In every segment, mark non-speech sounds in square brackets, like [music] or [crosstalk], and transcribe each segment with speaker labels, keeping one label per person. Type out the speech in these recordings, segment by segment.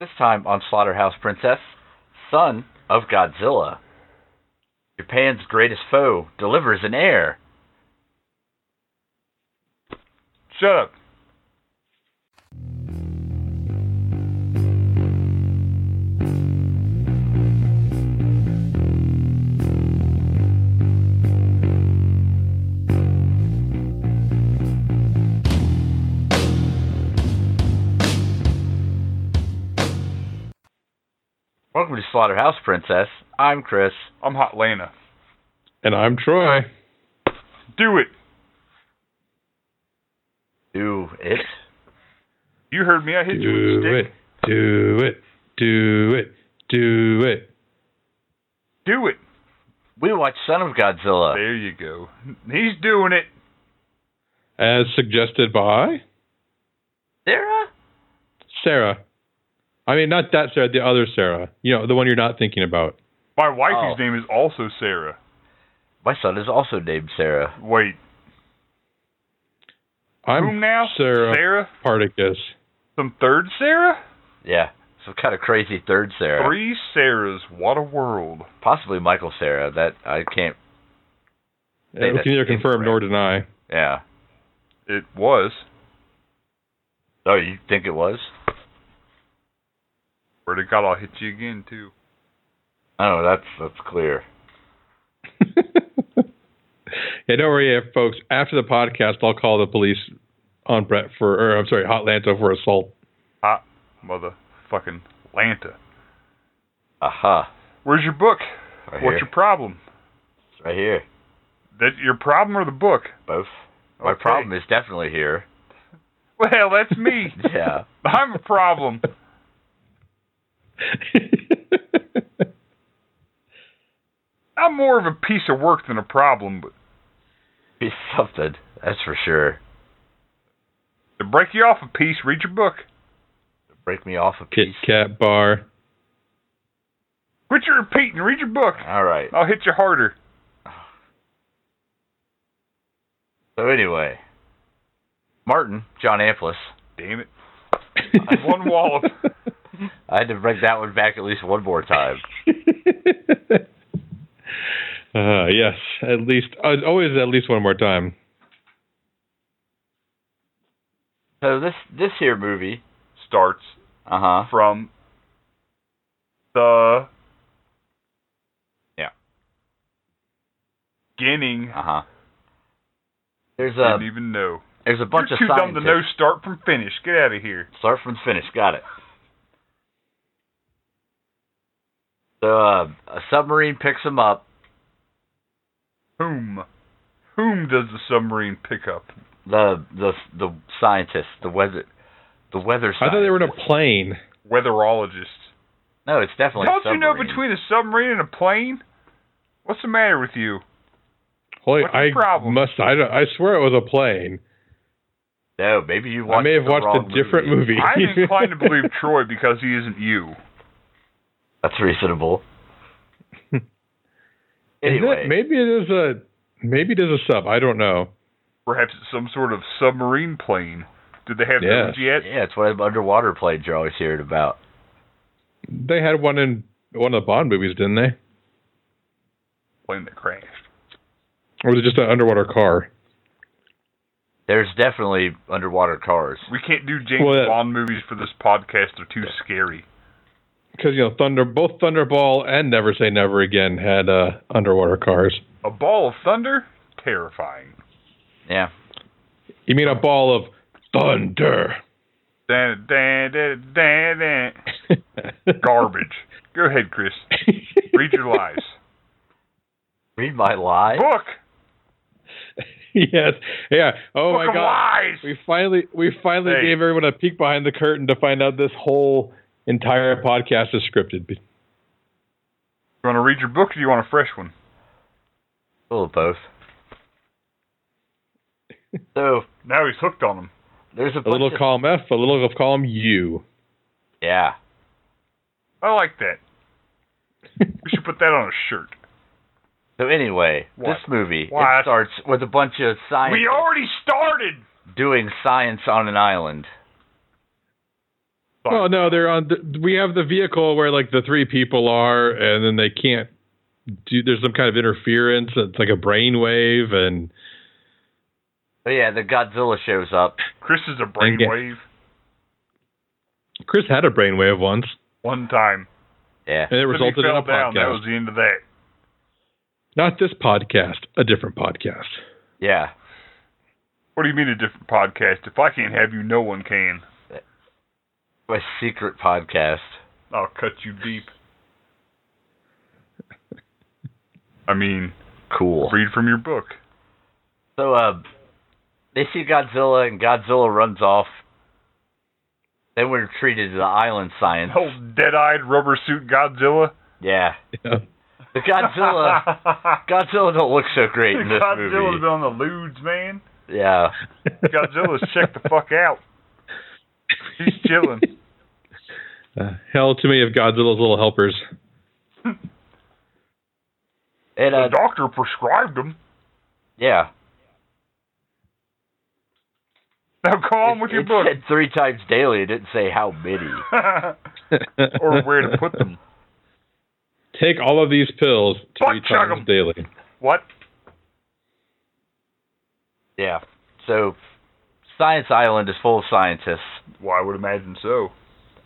Speaker 1: This time on Slaughterhouse Princess, son of Godzilla. Japan's greatest foe delivers an heir. Shut up. Welcome to Slaughterhouse Princess. I'm Chris.
Speaker 2: I'm Hot Lena.
Speaker 3: And I'm Troy.
Speaker 2: Do it.
Speaker 1: Do it.
Speaker 2: You heard me. I hit you with a
Speaker 3: Do
Speaker 2: stick.
Speaker 3: it. Do it. Do it. Do it.
Speaker 2: Do it.
Speaker 1: We watch Son of Godzilla.
Speaker 2: There you go. He's doing it.
Speaker 3: As suggested by
Speaker 1: Sarah?
Speaker 3: Sarah. I mean, not that Sarah, the other Sarah. You know, the one you're not thinking about.
Speaker 2: My wife's
Speaker 1: Oh.
Speaker 2: name is also Sarah.
Speaker 1: My son is also named Sarah.
Speaker 2: Wait,
Speaker 3: I'm
Speaker 2: whom now?
Speaker 3: Sarah,
Speaker 2: Sarah?
Speaker 3: Particus.
Speaker 2: Some third Sarah?
Speaker 1: Yeah. Some kind of crazy third Sarah.
Speaker 2: Three Sarahs. What a world.
Speaker 1: Possibly Michael Sarah. That I can't.
Speaker 3: Uh,
Speaker 1: They
Speaker 3: We can neither
Speaker 1: didn't
Speaker 3: confirm nor deny. [laughs]
Speaker 1: Yeah.
Speaker 2: It was.
Speaker 1: Oh, you think it was?
Speaker 2: Where to God, I'll hit you again too.
Speaker 1: Oh, that's that's clear.
Speaker 3: yeah, don't worry, yeah, folks. After the podcast, I'll call the police on Brett for, or I'm sorry, Hot Lanto for assault. [laughs]
Speaker 2: Hot motherfucking Lanta.
Speaker 1: Aha.
Speaker 2: Where's your book?
Speaker 1: Right
Speaker 2: What's
Speaker 1: here.
Speaker 2: your problem?
Speaker 1: It's right here.
Speaker 2: That your problem or the book? [laughs]
Speaker 1: Both. My
Speaker 2: Okay.
Speaker 1: problem is definitely here.
Speaker 2: Well, that's
Speaker 3: [laughs]
Speaker 2: me.
Speaker 1: Yeah.
Speaker 2: I'm a problem. I'm more of a piece of work than a problem, but
Speaker 1: Be something. That's for sure.
Speaker 2: to break you off a piece, read your book.
Speaker 1: Break me off a
Speaker 3: Kit
Speaker 1: piece.
Speaker 3: Kat Bar.
Speaker 2: Quit your repeating, read your book.
Speaker 1: All right.
Speaker 2: I'll hit you harder.
Speaker 1: So anyway, Martin John Amplis.
Speaker 2: Damn it. One wallop.
Speaker 3: [laughs]
Speaker 1: I had to bring that one back at least one more time.
Speaker 3: [laughs] uh, yes, at least uh, always at least one more time.
Speaker 1: So this this here movie.
Speaker 2: Starts
Speaker 1: Uh huh.
Speaker 2: from the
Speaker 1: Yeah.
Speaker 2: beginning.
Speaker 1: Uh huh. There's a
Speaker 2: Didn't even know.
Speaker 1: there's a bunch
Speaker 2: You're
Speaker 1: of
Speaker 2: too dumb to
Speaker 1: scientists.
Speaker 2: know start from finish. Get out of here.
Speaker 1: Start from finish. Got it. So uh, a submarine picks him up.
Speaker 2: Whom? Whom does the submarine pick up?
Speaker 1: The the the scientist, the weather, the weather.
Speaker 3: I thought they were in
Speaker 1: scientist.
Speaker 3: a plane.
Speaker 2: Weatherologists.
Speaker 1: No, it's definitely. a
Speaker 2: Don't you know
Speaker 1: submarine.
Speaker 2: between a submarine and a plane? What's the matter with you?
Speaker 3: Holy,
Speaker 2: What's the
Speaker 3: I
Speaker 2: problem?
Speaker 3: must. I, don't- I swear it was a plane.
Speaker 1: No, maybe you watched.
Speaker 3: I may have
Speaker 1: the
Speaker 3: watched
Speaker 1: wrong
Speaker 3: a different movie.
Speaker 2: I'm inclined to
Speaker 3: [laughs]
Speaker 2: believe
Speaker 1: [laughs]
Speaker 2: Troy because he isn't you.
Speaker 1: That's
Speaker 3: [laughs]
Speaker 1: reasonable.
Speaker 3: Isn't
Speaker 1: anyway,
Speaker 3: it, maybe it is a maybe it is a sub. I don't know.
Speaker 2: Perhaps it's some sort of submarine plane. Did they have
Speaker 3: Yes.
Speaker 2: those yet?
Speaker 1: yeah, it's what underwater planes you're always hearing about.
Speaker 3: They had one in one of the Bond movies, didn't they?
Speaker 2: Plane that crashed.
Speaker 3: Or was it just an underwater car?
Speaker 1: There's definitely underwater cars.
Speaker 2: We can't do James
Speaker 3: Well, that-
Speaker 2: Bond movies for this podcast. They're too scary.
Speaker 3: Because you know, Thunder, both Thunderball and Never Say Never Again had uh, underwater cars.
Speaker 2: A ball of thunder? Terrifying.
Speaker 1: Yeah,
Speaker 3: You mean a ball of thunder? [laughs]
Speaker 2: Dan, dan, dan, dan, dan. Garbage.
Speaker 3: [laughs]
Speaker 2: Go ahead, Chris. Read your lies.
Speaker 1: read my lies.
Speaker 2: Book!
Speaker 3: yes. Yeah. Oh
Speaker 2: Book
Speaker 3: my
Speaker 2: of
Speaker 3: God.
Speaker 2: lies!
Speaker 3: We finally we finally
Speaker 2: Hey.
Speaker 3: gave everyone a peek behind the curtain to find out this whole entire podcast is scripted.
Speaker 2: You want to read your book or do you want a fresh one?
Speaker 1: A little of both. so
Speaker 2: Now he's hooked on them.
Speaker 1: there's a,
Speaker 3: A
Speaker 1: bunch
Speaker 3: little
Speaker 1: of-
Speaker 3: column F, a little of column U.
Speaker 1: Yeah,
Speaker 2: I like
Speaker 3: [laughs]
Speaker 2: that. We should put that on a shirt.
Speaker 1: So anyway,
Speaker 2: What?
Speaker 1: this movie it
Speaker 2: What?
Speaker 1: starts with a bunch of scientists
Speaker 2: We already started!
Speaker 1: doing science on an island.
Speaker 2: like,
Speaker 3: Oh no, they're on. The, we have the vehicle where like the three people are, and then they can't do. There's some kind of interference. It's like a brainwave, and
Speaker 1: But yeah, the Godzilla shows up.
Speaker 2: Chris is a brainwave
Speaker 3: Chris had a brainwave once,
Speaker 2: one time.
Speaker 1: Yeah.
Speaker 3: and it
Speaker 2: Then
Speaker 3: resulted
Speaker 2: he
Speaker 3: in
Speaker 2: fell
Speaker 3: a
Speaker 2: down. That
Speaker 3: podcast.
Speaker 2: was the end of that.
Speaker 3: Not this podcast, a different podcast.
Speaker 1: Yeah.
Speaker 2: What do you mean a different podcast? If I can't have you, no one can.
Speaker 1: A secret podcast.
Speaker 2: I'll cut you deep. I mean,
Speaker 1: Cool.
Speaker 2: read from your book.
Speaker 1: So uh, they see Godzilla, and Godzilla runs off. Then we're treated to the island science.
Speaker 2: Old dead-eyed rubber suit Godzilla.
Speaker 1: Yeah.
Speaker 3: Yeah.
Speaker 1: The
Speaker 2: [laughs]
Speaker 1: Godzilla. Godzilla don't look so great in this
Speaker 2: Godzilla's
Speaker 1: movie.
Speaker 2: been on the lewds, man.
Speaker 1: Yeah.
Speaker 2: Godzilla's [laughs]
Speaker 3: [laughs]
Speaker 2: checked the fuck out. He's chilling.
Speaker 3: Uh, hell to me of Godzilla's little helpers.
Speaker 1: And
Speaker 2: The
Speaker 1: uh,
Speaker 2: doctor prescribed him.
Speaker 1: yeah.
Speaker 2: Now go on with your
Speaker 1: It
Speaker 2: book.
Speaker 1: said three times daily. It didn't say how many.
Speaker 2: [laughs] [laughs] or where to put them.
Speaker 3: Take all of these pills
Speaker 2: Butt
Speaker 3: three
Speaker 2: chug
Speaker 3: times
Speaker 2: 'em.
Speaker 3: daily.
Speaker 2: What?
Speaker 1: Yeah. So Science Island is full of scientists,
Speaker 2: Well, I would imagine so.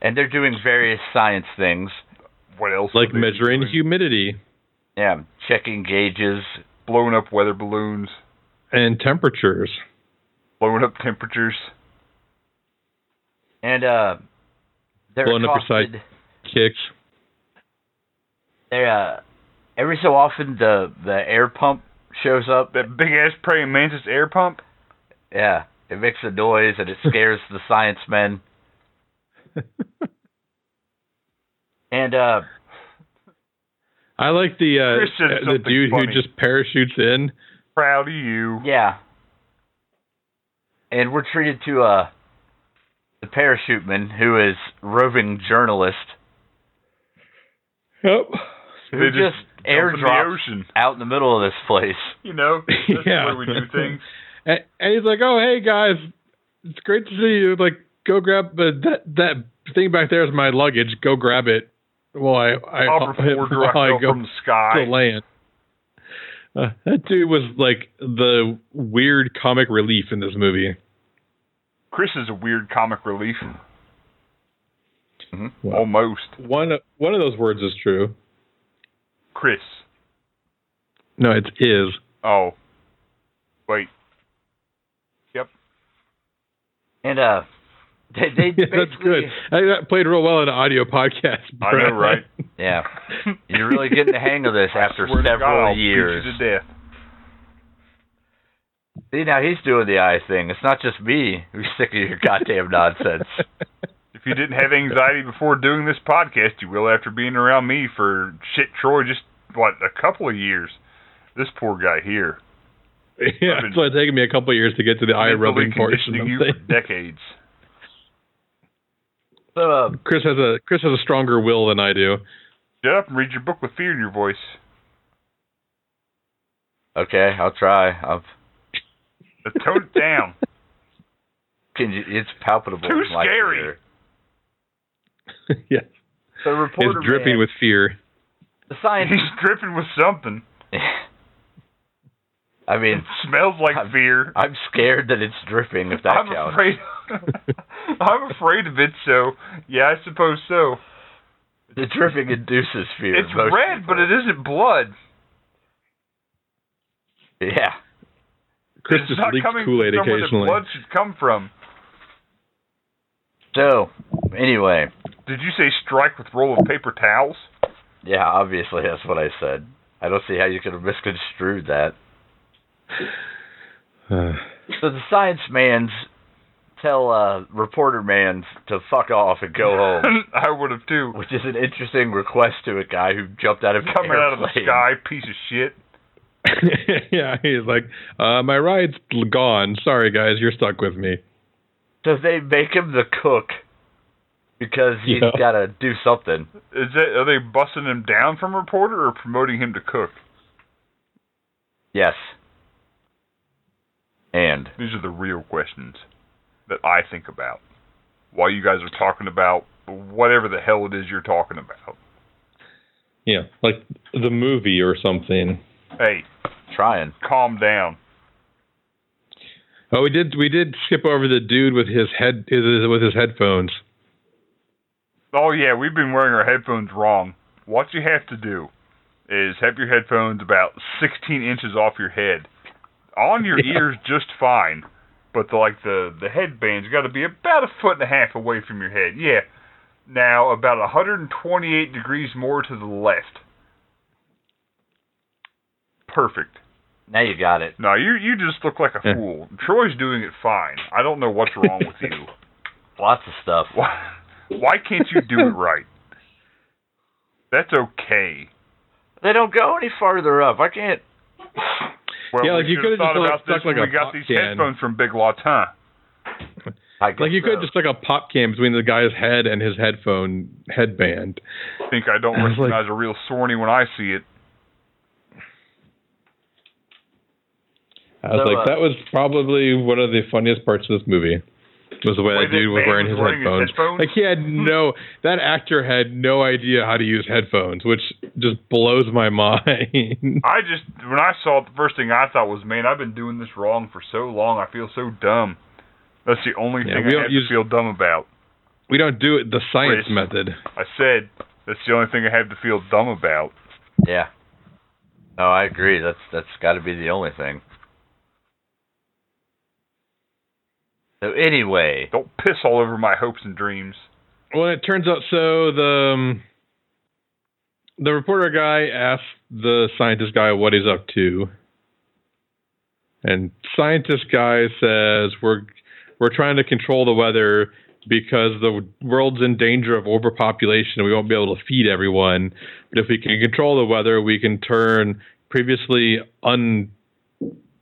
Speaker 1: and they're doing various science things.
Speaker 2: What else? would
Speaker 3: Like
Speaker 2: they be
Speaker 3: measuring
Speaker 2: doing?
Speaker 3: humidity
Speaker 1: Yeah, checking gauges.
Speaker 2: blowing up weather balloons,
Speaker 3: and temperatures.
Speaker 2: blowing up temperatures.
Speaker 1: And uh, they're
Speaker 3: Blowing up your side.
Speaker 1: accosted-
Speaker 3: Kicks.
Speaker 1: They uh, every so often the the air pump shows up.
Speaker 2: That big ass praying mantis air pump.
Speaker 1: Yeah, it makes a noise
Speaker 2: [laughs]
Speaker 1: and it scares the science men. And uh,
Speaker 3: I like the
Speaker 2: Chris said
Speaker 3: uh, the
Speaker 2: something
Speaker 3: dude
Speaker 2: funny.
Speaker 3: who just parachutes in.
Speaker 2: Proud of you.
Speaker 1: yeah, and we're treated to uh, the parachute man who is roving journalist
Speaker 3: Yep.
Speaker 1: who
Speaker 2: They just
Speaker 1: just
Speaker 2: Jump in the
Speaker 1: airdrops
Speaker 2: ocean.
Speaker 1: out in the middle of this place.
Speaker 2: You know, that's
Speaker 3: Yeah.
Speaker 2: where we do things.
Speaker 3: And, and he's like, "Oh, hey guys, it's great to see you. Like, go grab the, that that thing back there is my luggage. Go grab it while I I,
Speaker 2: Opera four
Speaker 3: [laughs] while I
Speaker 2: drop
Speaker 3: go
Speaker 2: from the sky.
Speaker 3: to land." Uh, that dude was like the weird comic relief in this movie.
Speaker 2: Chris is a weird comic relief.
Speaker 1: Mhm.
Speaker 3: Wow.
Speaker 2: Almost.
Speaker 3: One one of those words is true.
Speaker 2: Chris.
Speaker 3: No, it is.
Speaker 2: Oh. Wait.
Speaker 1: And uh, [laughs] they, they
Speaker 3: [laughs] Yeah, that's
Speaker 1: basically-
Speaker 3: good. I, that played real well in an audio podcast.
Speaker 2: I know,
Speaker 3: Brett.
Speaker 2: right?
Speaker 1: Yeah, you're really getting the hang
Speaker 2: [laughs]
Speaker 1: of this after
Speaker 2: Swear to God, I'll
Speaker 1: several
Speaker 2: beat
Speaker 1: years.
Speaker 2: you to death.
Speaker 1: See, now he's doing the eye thing. It's not just me who's [laughs] sick of your goddamn nonsense.
Speaker 2: If you didn't have anxiety before doing this podcast, you will after being around me for shit, Troy. Just what a couple of years. This poor guy here.
Speaker 3: [laughs] yeah, that's why it's taken me a couple of years to get to the eye
Speaker 2: Mentally
Speaker 3: rubbing portion.
Speaker 2: conditioning
Speaker 3: Of
Speaker 2: you
Speaker 3: things.
Speaker 2: for decades.
Speaker 1: So, um,
Speaker 3: [laughs] Chris has a Chris has a stronger will than I do. [laughs]
Speaker 2: Shut up and read your book with fear in your voice.
Speaker 1: okay, I'll try. I'm,
Speaker 2: Now Tone
Speaker 1: [laughs]
Speaker 2: it down.
Speaker 1: can you- it's palpable.
Speaker 2: Too
Speaker 1: in my
Speaker 2: scary.
Speaker 1: ear.
Speaker 3: yeah,
Speaker 1: The
Speaker 3: it's
Speaker 1: reporter
Speaker 3: dripping
Speaker 1: man,
Speaker 3: with fear.
Speaker 1: the science.
Speaker 2: He's
Speaker 3: [laughs]
Speaker 2: dripping with something.
Speaker 1: I
Speaker 2: It
Speaker 1: mean,
Speaker 2: smells like
Speaker 1: I'm-
Speaker 2: fear.
Speaker 1: I'm scared that it's dripping. If that
Speaker 2: I'm
Speaker 1: counts.
Speaker 2: afraid. [laughs] I'm afraid of it. So yeah, I suppose so.
Speaker 1: The dripping induces fear.
Speaker 2: It's red, but it isn't blood.
Speaker 1: Yeah.
Speaker 3: Chris
Speaker 2: it's
Speaker 3: just
Speaker 2: not
Speaker 3: leaks
Speaker 2: coming
Speaker 3: Kool Aid
Speaker 2: from somewhere that
Speaker 3: occasionally.
Speaker 2: blood should come from.
Speaker 1: So, anyway,
Speaker 2: Did you say strike with roll of paper towels?
Speaker 1: yeah, obviously that's what I said. I don't see how you could have misconstrued that.
Speaker 3: Uh,
Speaker 1: So the science man's tell uh, reporter man's to fuck off and go home.
Speaker 2: [laughs] I would have too.
Speaker 1: which is an interesting request to a guy who jumped out of an
Speaker 2: Coming out of the
Speaker 1: airplane.
Speaker 2: sky, piece of shit.
Speaker 3: [sighs] [laughs] yeah, he's like, uh, my ride's gone. Sorry, guys, you're stuck with me.
Speaker 1: So they make him the cook because he's
Speaker 3: Yeah.
Speaker 1: got to do something.
Speaker 2: Is that are they busting him down from reporter or promoting him to cook?
Speaker 1: Yes. And
Speaker 2: These are the real questions that I think about. While you guys are talking about whatever the hell it is you're talking about.
Speaker 3: Yeah, like the movie or something.
Speaker 2: Hey,
Speaker 1: Trying.
Speaker 2: calm down.
Speaker 3: Oh, we did we did skip over the dude with his head his, with his headphones.
Speaker 2: Oh yeah, we've been wearing our headphones wrong. What you have to do is have your headphones about 16 inches off your head, on your
Speaker 3: [laughs] Yeah.
Speaker 2: ears just fine, but the, like the the headbands got to be about a foot and a half away from your head. Yeah. Now about 128 degrees more to the left. Perfect.
Speaker 1: Now you got it.
Speaker 2: No, you you just look like a
Speaker 3: Yeah.
Speaker 2: fool. Troy's doing it fine. I don't know what's wrong with you.
Speaker 1: Lots of stuff.
Speaker 2: Why, why can't you do it right? That's okay.
Speaker 1: They don't go any farther up. I can't.
Speaker 2: Well,
Speaker 3: Yeah,
Speaker 2: we
Speaker 3: like, you
Speaker 2: should've
Speaker 3: could've
Speaker 2: thought
Speaker 3: just, like,
Speaker 2: about this
Speaker 3: stuck, like,
Speaker 2: when
Speaker 3: a
Speaker 2: we got
Speaker 3: pop
Speaker 2: these
Speaker 3: can.
Speaker 2: headphones from Big Lots, huh?
Speaker 1: I guess
Speaker 3: Like you could
Speaker 1: so.
Speaker 3: have just like a pop can between the guy's head and his headphone headband.
Speaker 2: Think I don't
Speaker 3: I was [laughs] like-
Speaker 2: recognize a real Sorny when I see it.
Speaker 3: I was
Speaker 1: So,
Speaker 3: like,
Speaker 1: uh,
Speaker 3: that was probably one of the funniest parts of this movie. Was the way
Speaker 2: Way
Speaker 3: that
Speaker 2: that
Speaker 3: dude was
Speaker 2: man
Speaker 3: wearing
Speaker 2: was
Speaker 3: his
Speaker 2: wearing his
Speaker 3: headphones.
Speaker 2: headphones?
Speaker 3: Like he had no that actor had no idea how to use headphones, which just blows my [laughs] mind.
Speaker 2: I just when I saw it, the first thing I thought was, man, I've been doing this wrong for so long. I feel so dumb. That's the only
Speaker 3: Yeah,
Speaker 2: thing
Speaker 3: we
Speaker 2: I
Speaker 3: don't
Speaker 2: have
Speaker 3: use-
Speaker 2: to feel dumb about.
Speaker 3: we don't do it the science
Speaker 2: Wait.
Speaker 3: method.
Speaker 2: I said that's the only thing I have to feel dumb about.
Speaker 1: Yeah. No, I agree. That's that's got to be the only thing. So anyway,
Speaker 2: Don't piss all over my hopes and dreams.
Speaker 3: Well, it turns out so the um, the reporter guy asked the scientist guy what he's up to, and scientist guy says we're we're trying to control the weather because the world's in danger of overpopulation and we won't be able to feed everyone. But if we can control the weather, we can turn previously un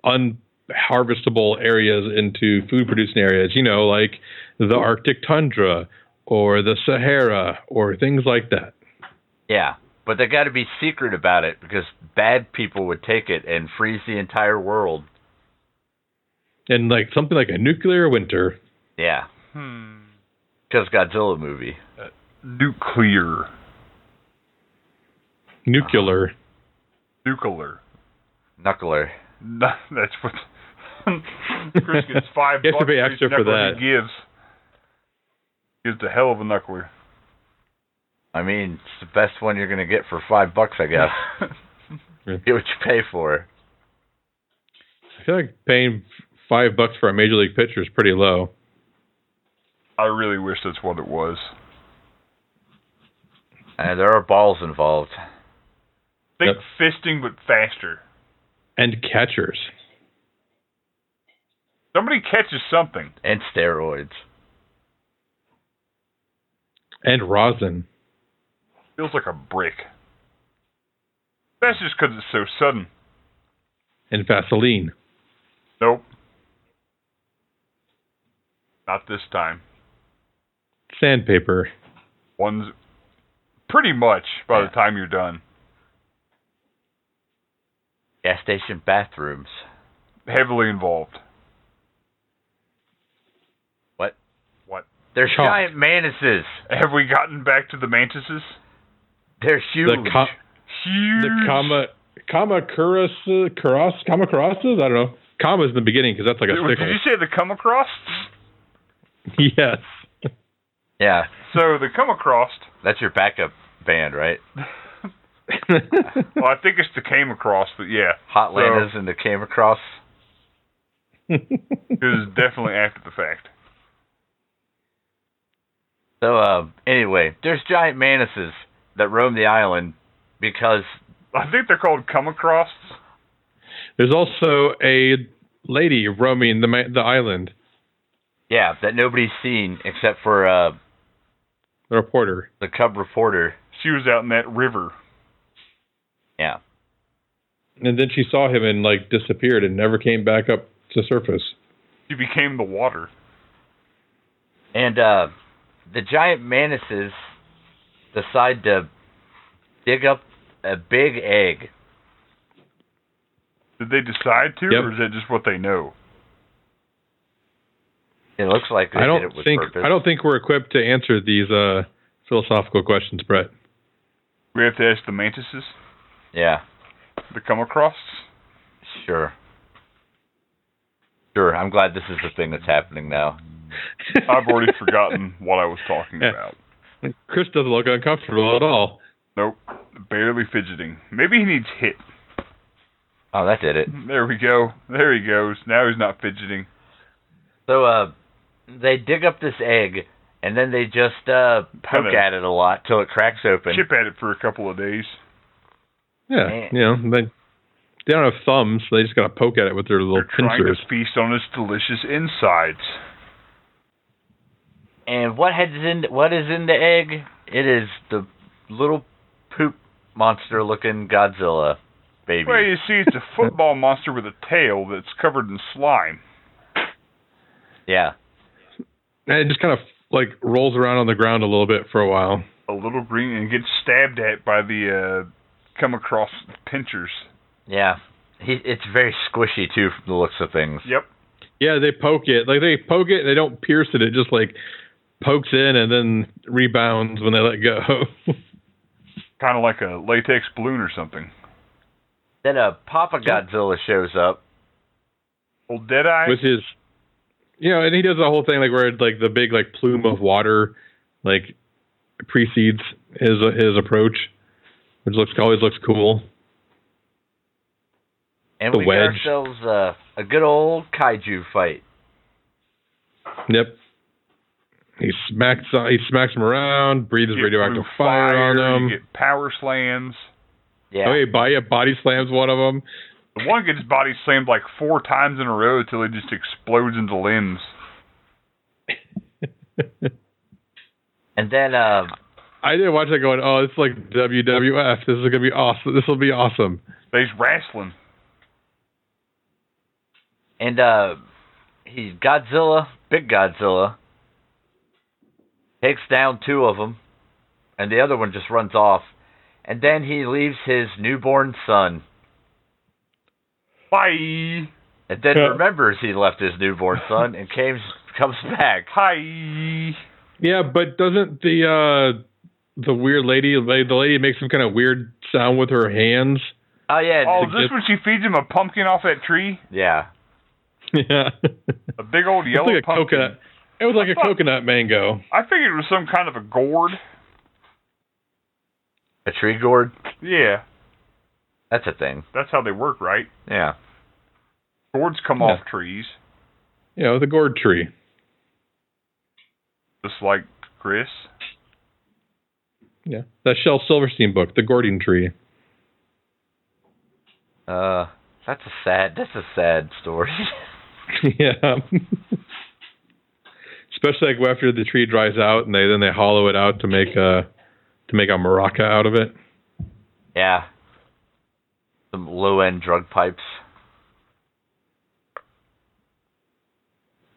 Speaker 3: unharvestable areas into food producing areas. You know, like the Arctic tundra or the Sahara or things like that.
Speaker 1: yeah, but they got to be secret about it because bad people would take it and freeze the entire world.
Speaker 3: And like something like a nuclear winter.
Speaker 1: Yeah,
Speaker 2: Hmm.
Speaker 1: because Godzilla movie.
Speaker 2: Uh, Nuclear.
Speaker 3: Nuclear.
Speaker 2: Nuclear.
Speaker 1: Knuckler.
Speaker 2: No, [laughs] that's what [laughs] Chris
Speaker 3: [laughs]
Speaker 2: gets five
Speaker 3: You
Speaker 2: bucks
Speaker 3: have to pay
Speaker 2: for each
Speaker 3: extra for
Speaker 2: knuckle
Speaker 3: that.
Speaker 2: He gives gives the hell of a knuckler.
Speaker 1: I mean, it's the best one you're gonna get for five bucks, I guess. get what you pay for.
Speaker 3: I feel like paying f- five bucks for a major league pitcher is pretty low.
Speaker 2: I really wish that's what it was.
Speaker 1: And Uh, there are balls involved.
Speaker 2: Think
Speaker 3: Yep.
Speaker 2: fisting, but faster.
Speaker 3: And catchers.
Speaker 2: Somebody catches something.
Speaker 1: and steroids.
Speaker 3: And rosin.
Speaker 2: Feels like a brick. That's just because it's so sudden.
Speaker 3: And Vaseline.
Speaker 2: Nope. Not this time.
Speaker 3: Sandpaper.
Speaker 2: One's pretty much by the
Speaker 1: Yeah.
Speaker 2: time you're done.
Speaker 1: Gas station bathrooms.
Speaker 2: Heavily involved.
Speaker 1: They're
Speaker 3: Chalk.
Speaker 1: giant manises.
Speaker 2: Have we gotten back to the mantises?
Speaker 1: They're huge.
Speaker 3: The, ka-
Speaker 2: Huge.
Speaker 3: the Kama. Kama Kurasa. Kuras, Kama Kurasas? I don't know. Kama's in the beginning because that's like
Speaker 2: Did,
Speaker 3: a
Speaker 2: did you say the come across?
Speaker 3: stickle. [laughs] Yes.
Speaker 1: yeah,
Speaker 2: So the come across.
Speaker 1: that's your backup band, right?
Speaker 2: Well, I think it's the came across, but yeah,
Speaker 1: Hot Landas and the Came Across.
Speaker 2: it was definitely after the fact.
Speaker 1: So, uh, anyway, there's giant manises that roam the island because
Speaker 2: I think they're called come across.
Speaker 3: There's also a lady roaming the ma- the island.
Speaker 1: yeah, that nobody's seen except for uh,
Speaker 3: The reporter.
Speaker 1: the Cub reporter.
Speaker 2: She was out in that river.
Speaker 1: Yeah,
Speaker 3: And then she saw him and like disappeared and never came back up to surface.
Speaker 2: She became the water.
Speaker 1: and uh, the giant manises decide to dig up a big egg.
Speaker 2: Did they decide to,
Speaker 3: Yep.
Speaker 2: or is that just what they know?
Speaker 1: It looks like they
Speaker 3: I
Speaker 1: did it
Speaker 3: don't
Speaker 1: with
Speaker 3: think
Speaker 1: purpose.
Speaker 3: I don't think we're equipped to answer these uh, philosophical questions, Brett.
Speaker 1: [laughs]
Speaker 2: We have to ask the mantises
Speaker 1: yeah,
Speaker 2: to come across.
Speaker 1: sure. Sure. I'm glad this is the thing that's happening now.
Speaker 2: I've
Speaker 3: [laughs]
Speaker 2: already forgotten what I was talking
Speaker 3: Yeah.
Speaker 2: about.
Speaker 3: Chris doesn't look uncomfortable at all.
Speaker 2: Nope. Barely fidgeting. Maybe he needs hit.
Speaker 1: Oh, that did it.
Speaker 2: There we go. There he goes. Now he's not fidgeting.
Speaker 1: So uh they dig up this egg and then they just uh poke
Speaker 2: Kinda-
Speaker 1: at it a lot till it cracks open.
Speaker 2: Chip at it for a couple of days.
Speaker 3: Yeah,
Speaker 1: Man.
Speaker 3: you know they they don't have thumbs, so they just gotta poke at it with their little
Speaker 2: They're trying to
Speaker 3: pincers.
Speaker 2: feast on its delicious insides.
Speaker 1: And what heads in what is in the egg? It is the little poop monster looking Godzilla baby.
Speaker 2: Well, you see, it's a football [laughs] monster with a tail that's covered in slime.
Speaker 1: Yeah.
Speaker 3: And it just kind of like rolls around on the ground a little bit for a while.
Speaker 2: A little green and gets stabbed at by the uh, come across pinchers.
Speaker 1: Yeah. He, it's very squishy too from the looks of things.
Speaker 2: Yep.
Speaker 3: Yeah, they poke it. Like they poke it, and they don't pierce it. It just like pokes in and then rebounds when they let go. [laughs]
Speaker 2: Kind of like a latex balloon or something.
Speaker 1: Then a Papa Godzilla shows up.
Speaker 2: Old Deadeye.
Speaker 3: with his you know and he does the whole thing like where like the big like plume of water like precedes his his approach which looks always looks cool
Speaker 1: And
Speaker 3: The
Speaker 1: we
Speaker 3: wedge.
Speaker 1: get ourselves uh, a good old kaiju fight.
Speaker 3: yep he smacks uh, he smacks him around breathes
Speaker 2: You get blue
Speaker 3: radioactive fire, on
Speaker 2: you
Speaker 3: him
Speaker 2: get power slams.
Speaker 1: Yeah.
Speaker 3: oh he body, body slams one of them
Speaker 2: The one gets body slammed like four times in a row till he just explodes into limbs.
Speaker 1: And then uh,
Speaker 3: [laughs] I didn't watch that going, oh, it's like WWF. This is gonna be awesome. This will be awesome.
Speaker 2: They's wrestling.
Speaker 1: and uh, he Godzilla, big Godzilla, takes down two of them, and the other one just runs off. And then he leaves his newborn son,
Speaker 2: Bye.
Speaker 1: and then
Speaker 3: Yeah.
Speaker 1: remembers he left his newborn son and came comes back.
Speaker 2: Hi.
Speaker 3: Yeah, but doesn't the uh the weird lady the lady makes some kind of weird sound with her hands?
Speaker 1: Oh yeah,
Speaker 2: Oh, is
Speaker 1: and-
Speaker 2: this when she feeds him a pumpkin off that tree?
Speaker 1: yeah.
Speaker 3: [laughs] Yeah.
Speaker 2: A big old
Speaker 3: It's
Speaker 2: yellow
Speaker 3: like a
Speaker 2: pumpkin.
Speaker 3: coconut. It was like a
Speaker 2: Fuck.
Speaker 3: coconut mango.
Speaker 2: I figured it was some kind of a gourd.
Speaker 1: A tree gourd.
Speaker 2: Yeah,
Speaker 1: That's a thing.
Speaker 2: that's how they work, right?
Speaker 1: Yeah.
Speaker 2: Gourds come
Speaker 3: Yeah.
Speaker 2: off trees,
Speaker 3: You know, the gourd tree.
Speaker 2: just like Chris.
Speaker 3: Yeah. That Shel Silverstein book, The Gourding Tree. [laughs]
Speaker 1: Uh, that's a sad. That's a sad story. [laughs]
Speaker 3: yeah. Especially like after the tree dries out and they then they hollow it out to make a to make a maraca out of it.
Speaker 1: yeah. Some low end drug pipes.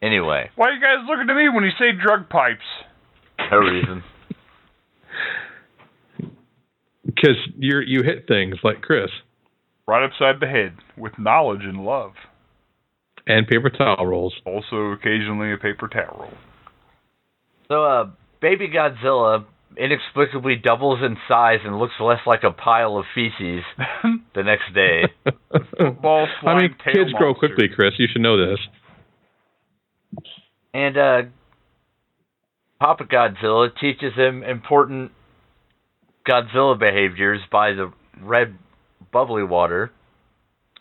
Speaker 1: Anyway,
Speaker 2: Why you guys looking at me when you say drug pipes?
Speaker 1: no reason.
Speaker 3: Because you you hit things like Chris
Speaker 2: Right upside the head with knowledge and love.
Speaker 3: and paper
Speaker 2: [laughs]
Speaker 3: towel rolls.
Speaker 2: Also, occasionally a paper towel [laughs] roll.
Speaker 1: so, uh, baby Godzilla inexplicably doubles in size and looks less like a pile of feces the next
Speaker 3: [laughs]
Speaker 1: day.
Speaker 2: Football
Speaker 3: I mean,
Speaker 2: slime tail
Speaker 3: kids grow
Speaker 2: monster.
Speaker 3: quickly, Chris. You should know this.
Speaker 1: and uh, Papa Godzilla teaches him important Godzilla behaviors by the red bubbly water.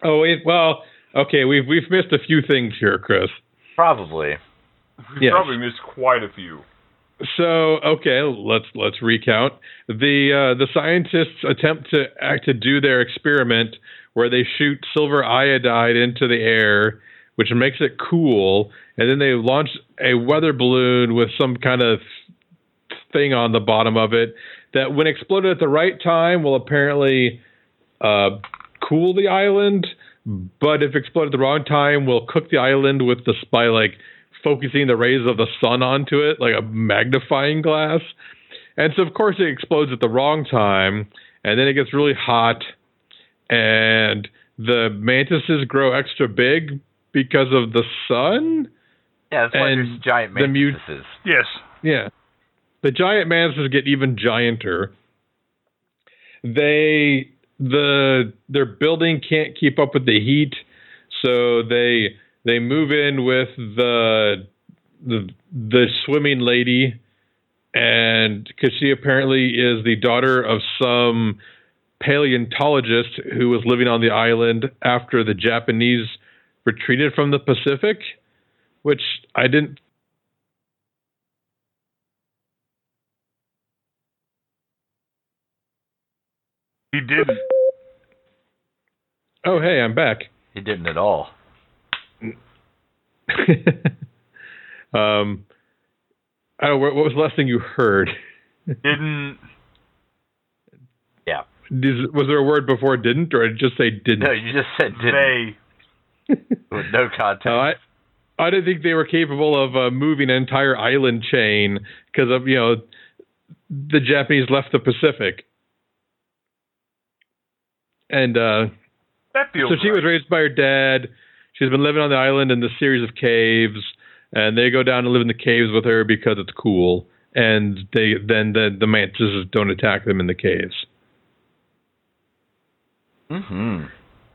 Speaker 3: Oh wait, well, okay, we've we've missed a few things here, Chris.
Speaker 1: Probably.
Speaker 2: You
Speaker 3: Yes.
Speaker 2: probably missed quite a few.
Speaker 3: So okay, let's let's recount the uh, the scientists attempt to act to do their experiment where they shoot silver iodide into the air, which makes it cool, and then they launch a weather balloon with some kind of thing on the bottom of it that, when exploded at the right time, will apparently uh, cool the island, but if exploded at the wrong time, will cook the island with the by like focusing the rays of the sun onto it like a magnifying glass. And so, of course, it explodes at the wrong time, and then it gets really hot, and the mantises grow extra big because of the sun.
Speaker 1: Yeah, it's like
Speaker 3: And
Speaker 1: there's giant
Speaker 3: the mut-
Speaker 1: mantises.
Speaker 2: Yes.
Speaker 3: Yeah. The giant mantises get even gianter. They the their building can't keep up with the heat, so they they move in with the the the swimming lady and because she apparently is the daughter of some paleontologist who was living on the island after the Japanese retreated from the Pacific, which I didn't
Speaker 2: He didn't.
Speaker 3: Oh, hey, I'm back.
Speaker 1: He didn't at all.
Speaker 3: [laughs] um, I don't. What what was the last thing you heard?
Speaker 2: Didn't.
Speaker 3: Is- was there a word before didn't, or did it just say didn't?
Speaker 1: No, you just said didn't.
Speaker 2: They.
Speaker 3: [laughs]
Speaker 1: With no context.
Speaker 3: No, I, I didn't think they were capable of uh, moving an entire island chain because of you know the Japanese left the Pacific, and uh,
Speaker 2: That feels.
Speaker 3: so she was
Speaker 2: right.
Speaker 3: raised by her dad. She's been living on the island in this series of caves, and they go down and live in the caves with her because it's cool. And they then the the mantises don't attack them in the caves,
Speaker 1: hmm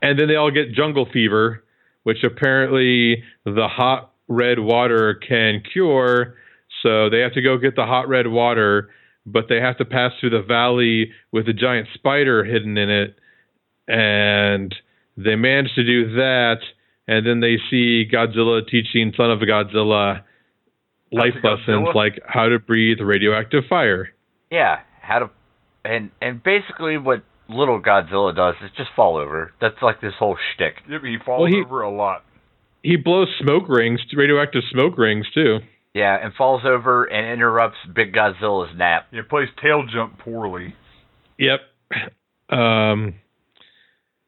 Speaker 3: and then they all get jungle fever, which apparently the hot red water can cure. So they have to go get the hot red water, but they have to pass through the valley with a giant spider hidden in it. and they manage to do that. And then they see Godzilla teaching Son of Godzilla life
Speaker 2: Godzilla?
Speaker 3: lessons like how to breathe radioactive fire.
Speaker 1: Yeah, how to and and basically what little Godzilla does is just fall over. That's like this whole shtick.
Speaker 2: Yep, he falls
Speaker 3: Well, he-
Speaker 2: over a lot.
Speaker 3: He blows smoke rings, radioactive smoke rings too.
Speaker 1: Yeah, and falls over and interrupts Big Godzilla's nap.
Speaker 2: He plays tail jump poorly.
Speaker 3: Yep. Um,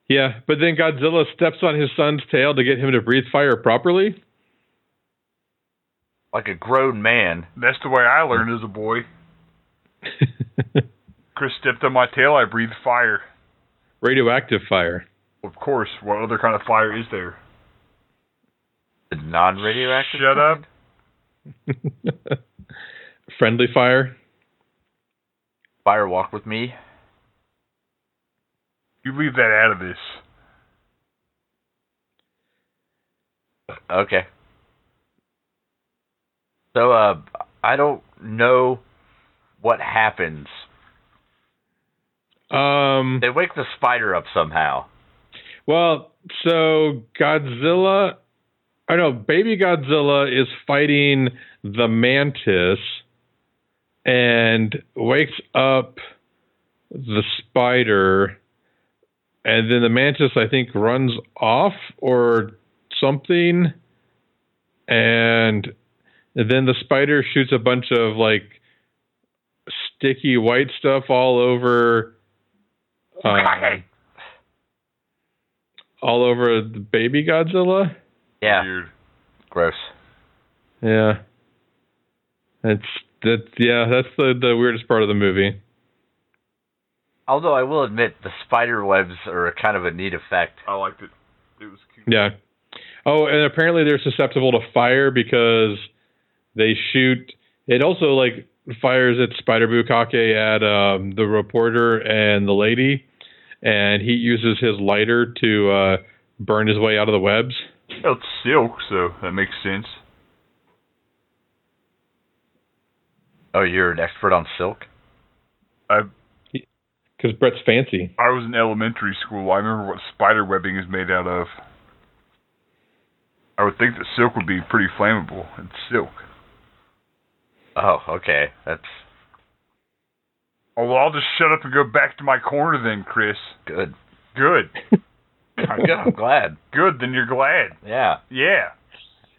Speaker 3: yeah, but then Godzilla steps on his son's tail to get him to breathe fire properly. [laughs]
Speaker 1: Like a grown man.
Speaker 2: That's the way I learned as a boy. Chris stepped on my tail. I breathed fire.
Speaker 3: radioactive fire. [laughs]
Speaker 2: Of course. What other kind of fire is there?
Speaker 1: Non radioactive.
Speaker 2: Shut up.
Speaker 3: Friendly fire.
Speaker 1: Fire walk with me.
Speaker 2: You leave that out of this.
Speaker 1: Okay. So uh I don't know what happens.
Speaker 3: Um,
Speaker 1: They wake the spider up somehow.
Speaker 3: Well, so Godzilla, I know Baby Godzilla is fighting the mantis and wakes up the spider, and then the mantis, I think, runs off or something, and then the spider shoots a bunch of like sticky white stuff all over. uh, all over the baby Godzilla.
Speaker 1: Yeah,
Speaker 2: Weird.
Speaker 1: gross.
Speaker 3: Yeah. That's that yeah, that's the, the weirdest part of the movie.
Speaker 1: Although I will admit the spider webs are a kind of a neat effect.
Speaker 2: I liked it. It was cute.
Speaker 3: Yeah. Oh, and apparently they're susceptible to fire because they shoot it also like fires its spider bukake at um, the reporter and the lady and he uses his lighter to uh, burn his way out of the webs.
Speaker 2: Well, It's silk, so that makes sense.
Speaker 1: Oh, you're an expert on silk?
Speaker 3: Because Brett's fancy.
Speaker 2: I was in elementary school. I remember what spider webbing is made out of. I would think that silk would be pretty flammable. It's silk.
Speaker 1: Oh, okay. That's
Speaker 2: Oh, well, I'll just shut up and go back to my corner then, Chris.
Speaker 1: good.
Speaker 2: Good.
Speaker 1: [laughs] Good. I'm glad.
Speaker 2: Good, then you're glad.
Speaker 1: Yeah.
Speaker 2: Yeah.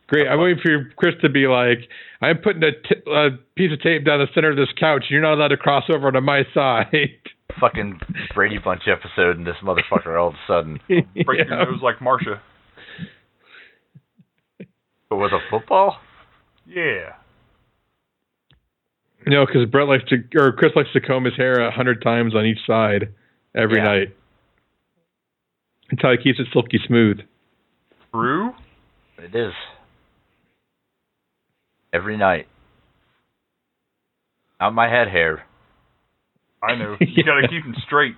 Speaker 3: Great. I'm waiting for your- Chris to be like, I'm putting a, t- a piece of tape down the center of this couch. You're not allowed to cross over to my [laughs] side.
Speaker 1: Fucking Brady Bunch episode and this motherfucker all of a sudden.
Speaker 2: Break
Speaker 3: Yeah.
Speaker 2: your nose like Marsha.
Speaker 1: But with a football?
Speaker 2: Yeah.
Speaker 3: No, because Brett likes to, or Chris likes to comb his hair a hundred times on each side every
Speaker 1: Yeah.
Speaker 3: night. That's how [laughs] he keeps it silky smooth.
Speaker 2: True?
Speaker 1: It is. every night. Out my head hair.
Speaker 2: I know.
Speaker 1: [laughs]
Speaker 2: You gotta keep them straight.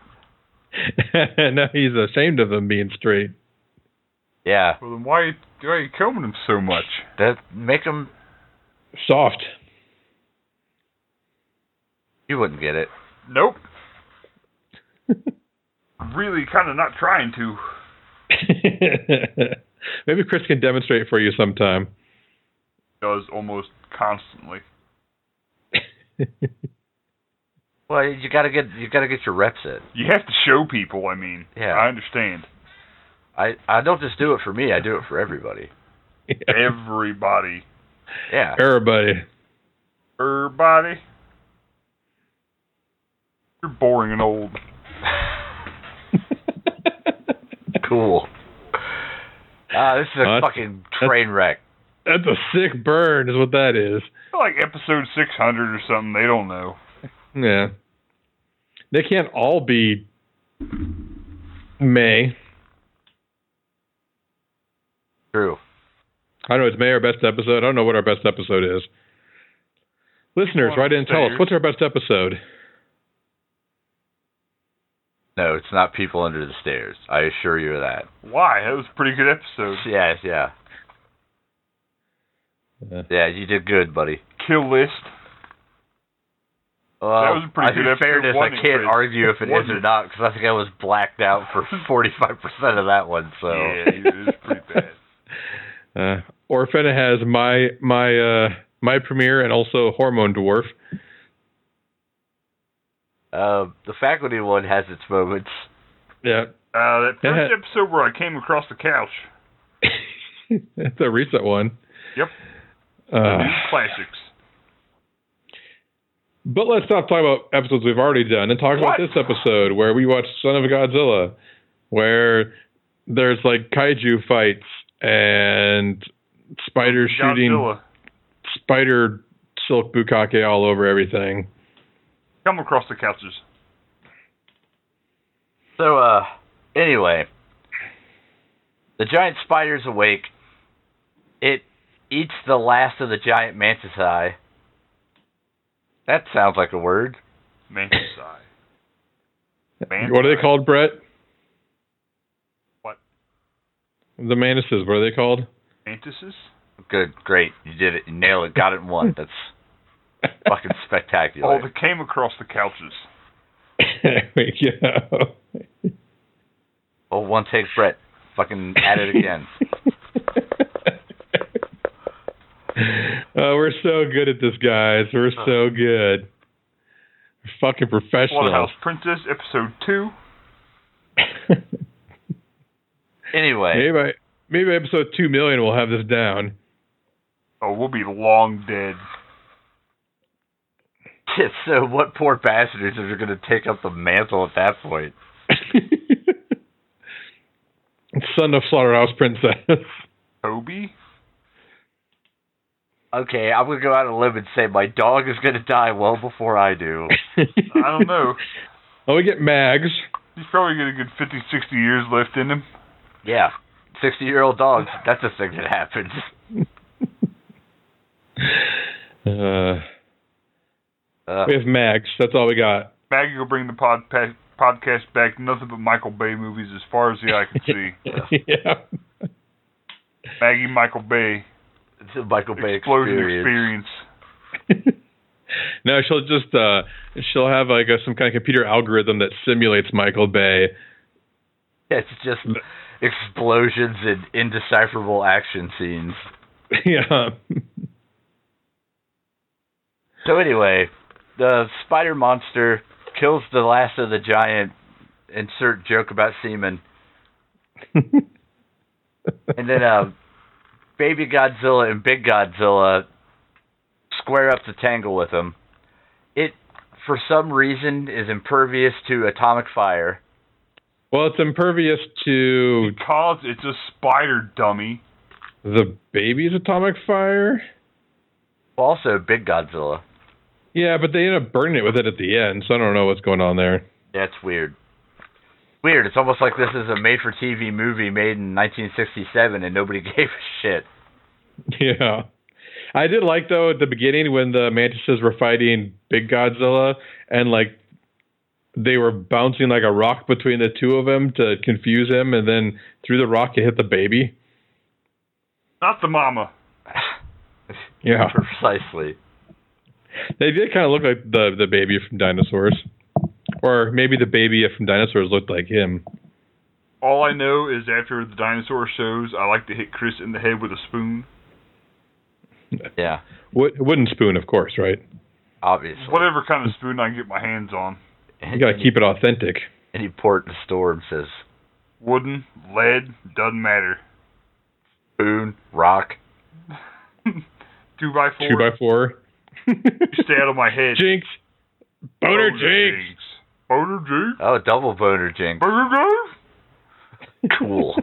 Speaker 3: now he's ashamed of them being straight.
Speaker 1: Yeah,
Speaker 2: Well, then why are you, why are you combing them so much?
Speaker 1: that make them.
Speaker 3: Soft. [laughs]
Speaker 1: You wouldn't get it. [laughs]
Speaker 2: Nope. I'm really kind of not trying to.
Speaker 3: Maybe Chris can demonstrate for you sometime. [laughs]
Speaker 2: Does almost constantly.
Speaker 1: Well, you gotta get you gotta get your reps in.
Speaker 2: You have to show people. I mean,
Speaker 1: Yeah.
Speaker 2: I understand.
Speaker 1: I I don't just do it for me. I do it for everybody.
Speaker 2: Everybody,
Speaker 1: Yeah.
Speaker 3: Everybody.
Speaker 2: everybody. You're boring and old.
Speaker 1: Cool. Ah, this is a
Speaker 3: Huh?
Speaker 1: fucking train wreck.
Speaker 3: That's a sick burn, is what that is.
Speaker 2: Like episode 600 or something. They don't know.
Speaker 3: Yeah. They can't all be May.
Speaker 1: True.
Speaker 3: I know it's May our best episode. I don't know what our best episode is. Listeners,
Speaker 2: Keep on
Speaker 3: write in and tell us
Speaker 2: upstairs.
Speaker 3: what's our best episode.
Speaker 1: No, it's not people under the stairs. I assure you of that.
Speaker 2: Why? That was a pretty good episode.
Speaker 1: Yeah, yeah.
Speaker 3: Yeah.
Speaker 1: Yeah, you did good, buddy.
Speaker 2: Kill list.
Speaker 1: Well,
Speaker 2: was a pretty
Speaker 1: I-
Speaker 2: good
Speaker 1: in
Speaker 2: episode,
Speaker 1: fairness, I
Speaker 2: wasn't it,
Speaker 1: can't
Speaker 2: Chris?
Speaker 1: argue if it is
Speaker 2: Wasn't
Speaker 1: or
Speaker 2: it?
Speaker 1: not because I think I was blacked out for [laughs] 45% of that one. So
Speaker 2: Yeah, it was
Speaker 1: [laughs]
Speaker 2: pretty bad.
Speaker 3: Uh, Orphan has my my uh, my premiere and also Hormone Dwarf.
Speaker 1: uh, the faculty one has its moments.
Speaker 3: [laughs] Yeah,
Speaker 2: Uh, that
Speaker 3: Yeah.
Speaker 2: first episode where I came across the couch.
Speaker 3: that's a recent one.
Speaker 2: Yep.
Speaker 3: Uh,
Speaker 2: These classics.
Speaker 3: but let's not talk about episodes we've already done and talk
Speaker 2: What?
Speaker 3: about this episode where we watched Son of Godzilla, where there's like kaiju fights and spiders shooting
Speaker 2: Godzilla.
Speaker 3: spider silk bukake all over everything.
Speaker 2: Come across the couches.
Speaker 1: So, uh, anyway, the giant spider's awake. It eats the last of the giant mantis eye. That sounds like a word.
Speaker 2: Mantis eye. Mantis
Speaker 3: What are they
Speaker 2: eye.
Speaker 3: called, Brett?
Speaker 2: What?
Speaker 3: The manises. What are they called?
Speaker 2: Mantises?
Speaker 1: Good, great. You did it. You nailed it. Got it in one. That's fucking
Speaker 2: Oh,
Speaker 1: spectacular.
Speaker 2: they came across the couches.
Speaker 3: [laughs] there we go.
Speaker 1: Oh, one take Brett. Fucking at it again.
Speaker 3: [laughs] oh, we're so good at this, guys. We're so good. We're fucking professionals.
Speaker 2: Slaughterhouse Princess, episode 2.
Speaker 1: Anyway,
Speaker 3: [laughs] maybe, by, maybe by episode two million, we'll have this down. [laughs]
Speaker 2: Oh, we'll be long dead.
Speaker 1: [laughs] so what poor bastards are going to take up the mantle at that point?
Speaker 3: Son of Slaughterhouse Princess.
Speaker 2: Toby?
Speaker 1: Okay, I'm going to go out on a limb and say my dog is going to die well before I do.
Speaker 2: I don't know.
Speaker 3: Oh, we get Mags.
Speaker 2: He's probably got a good 50, 60 years left in him.
Speaker 1: Yeah, 60 year old dogs, that's a thing that happens.
Speaker 3: Uh,
Speaker 1: Uh,
Speaker 3: we have Mags. That's all we got.
Speaker 2: Maggie will bring the pod pa- podcast back. Nothing but Michael Bay movies as far as the eye can see.
Speaker 3: [laughs] yeah.
Speaker 2: Maggie Michael Bay.
Speaker 1: it's a Michael Bay
Speaker 2: Explosion
Speaker 1: experience.
Speaker 2: experience.
Speaker 3: [laughs] no, she'll just uh, she'll have like a, some kind of computer algorithm that simulates Michael Bay. [laughs]
Speaker 1: It's just explosions and indecipherable action scenes.
Speaker 3: yeah.
Speaker 1: So anyway, the spider monster kills the last of the giant. Insert joke about semen, and then uh, baby Godzilla and big Godzilla square up to tangle with him. It, for some reason, is impervious to atomic fire.
Speaker 3: well, it's impervious to
Speaker 2: Because it's a spider dummy.
Speaker 3: the baby's atomic fire.
Speaker 1: Also, big Godzilla.
Speaker 3: Yeah, but they end up burning it with it at the end, so I don't know what's going on there. [laughs]
Speaker 1: That's weird. Weird. It's almost like this is a made-for-TV [laughs] movie made in 1967 and nobody gave a shit.
Speaker 3: Yeah. I did like though at the beginning when the mantises were fighting Big Godzilla and like they were bouncing like a rock between the two of them to confuse him, and then through the rock it hit the baby.
Speaker 2: Not the mama.
Speaker 3: Yeah,
Speaker 1: [laughs] Precisely.
Speaker 3: they did kind of look like the the baby from dinosaurs, or maybe the baby from dinosaurs looked like him.
Speaker 2: All I know is after the dinosaur shows, I like to hit Chris in the head with a spoon.
Speaker 1: Yeah,
Speaker 3: Wo- wooden spoon, of course, right?
Speaker 1: obviously.
Speaker 2: Whatever kind of spoon I can get my hands on.
Speaker 3: You got to keep it authentic.
Speaker 1: Any port in the storm says
Speaker 2: Wooden, lead, doesn't matter. [laughs]
Speaker 1: spoon, rock.
Speaker 2: Two by four.
Speaker 3: Two by four. [laughs]
Speaker 2: Stay out of my head.
Speaker 3: Jinx. Boner Jinx.
Speaker 2: Boner Jinx.
Speaker 1: Oh, double boner jinx.
Speaker 2: Boner Jinx.
Speaker 3: [laughs]
Speaker 1: Cool.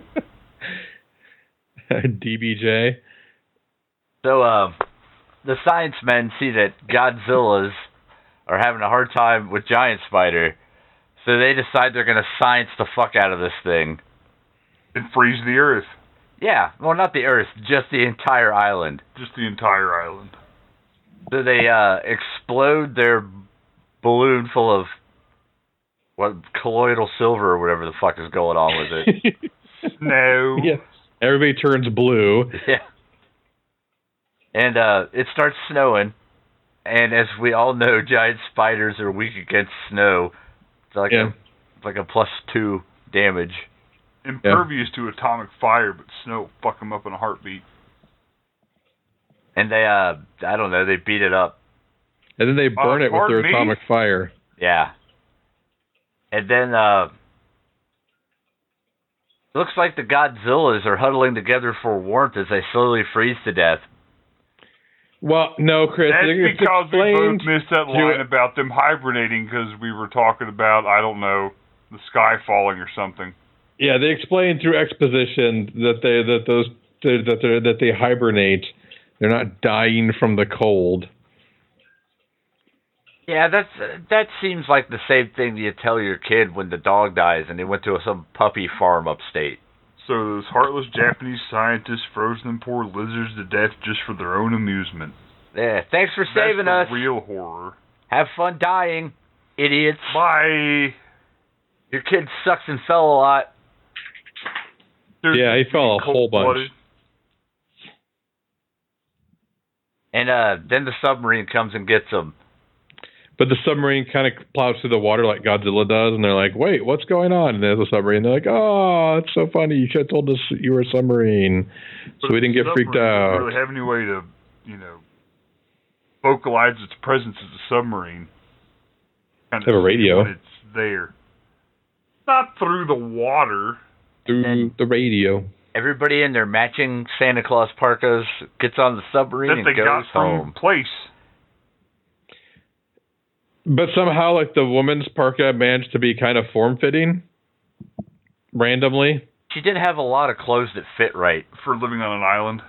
Speaker 3: DBJ.
Speaker 1: So, um, the science men see that Godzillas are having a hard time with giant spider, so they decide they're gonna science the fuck out of this thing.
Speaker 2: And freeze the earth.
Speaker 1: Yeah, well, not the Earth, just the entire island.
Speaker 2: Just the entire island.
Speaker 1: So they uh, explode their balloon full of what colloidal silver or whatever the fuck is going on with it.
Speaker 2: No.
Speaker 3: [laughs] Yeah. Everybody turns blue.
Speaker 1: [laughs] yeah. And uh, it starts snowing, and as we all know, giant spiders are weak against snow. It's like a
Speaker 3: Yeah.
Speaker 1: it's like a plus two damage.
Speaker 2: Impervious to atomic fire, but snow will fuck them up in a heartbeat.
Speaker 1: And they uh, I don't know, they beat it up.
Speaker 3: And then they burn it with
Speaker 2: Uh, pardon
Speaker 3: their
Speaker 2: me?
Speaker 3: atomic fire.
Speaker 1: Yeah. And then uh looks like the Godzillas are huddling together for warmth as they slowly freeze to death.
Speaker 3: Well, no, Chris.
Speaker 2: That's
Speaker 3: it's
Speaker 2: because we both
Speaker 3: explained-
Speaker 2: missed that
Speaker 3: Do
Speaker 2: line
Speaker 3: it.
Speaker 2: about them hibernating because we were talking about, I don't know, the sky falling or something.
Speaker 3: yeah, they explain through exposition that they that those that they that they hibernate. They're not dying from the cold.
Speaker 1: Yeah, that's uh, that seems like the same thing you tell your kid when the dog dies and they went to some puppy farm upstate.
Speaker 2: So those heartless Japanese scientists froze them poor lizards to death just for their own amusement.
Speaker 1: Yeah, thanks for
Speaker 2: That's
Speaker 1: saving
Speaker 2: the
Speaker 1: us.
Speaker 2: real horror.
Speaker 1: Have fun dying, idiots.
Speaker 2: Bye.
Speaker 1: Your kid sucks and fell a lot.
Speaker 3: Yeah, he fell a whole bunch.
Speaker 2: Cold-blooded.
Speaker 1: And uh then the submarine comes and gets them.
Speaker 3: But the submarine kind of plows through the water like Godzilla does, and they're like, "Wait, what's going on?" And there's a submarine. They're like, "Oh, it's so funny. You should have told us you were a submarine, so
Speaker 2: But
Speaker 3: we didn't
Speaker 2: the
Speaker 3: get freaked
Speaker 2: submarine
Speaker 3: out."
Speaker 2: doesn't really have any way to, you know, vocalize its presence as a submarine. Kind
Speaker 3: Have a radio.
Speaker 2: It's there. Not through the water.
Speaker 3: Through
Speaker 1: And-
Speaker 3: the radio.
Speaker 1: Everybody in their matching Santa Claus parkas gets on the submarine
Speaker 2: that
Speaker 1: and
Speaker 2: they got
Speaker 1: goes
Speaker 2: from
Speaker 1: home.
Speaker 2: place.
Speaker 3: But somehow, like the woman's parka managed to be kind of form fitting, randomly.
Speaker 1: She did have a lot of clothes that fit right.
Speaker 2: for living on an island.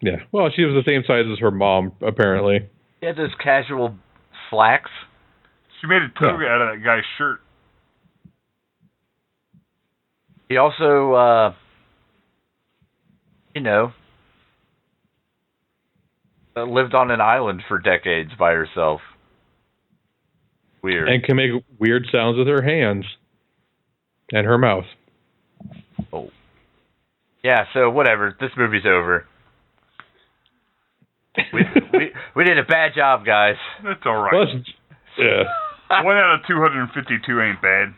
Speaker 3: Yeah. Well, she was the same size as her mom, apparently.
Speaker 1: She had those casual slacks.
Speaker 2: She made a toga out of that guy's shirt.
Speaker 1: He also, uh, you know, uh, lived on an island for decades by herself. Weird.
Speaker 3: And can make weird sounds with her hands and her mouth.
Speaker 1: yeah. So whatever. This movie's over.
Speaker 3: [laughs]
Speaker 1: We we we did a bad job, guys.
Speaker 2: That's all right.
Speaker 3: Plus, yeah.
Speaker 2: One out of 252 ain't bad.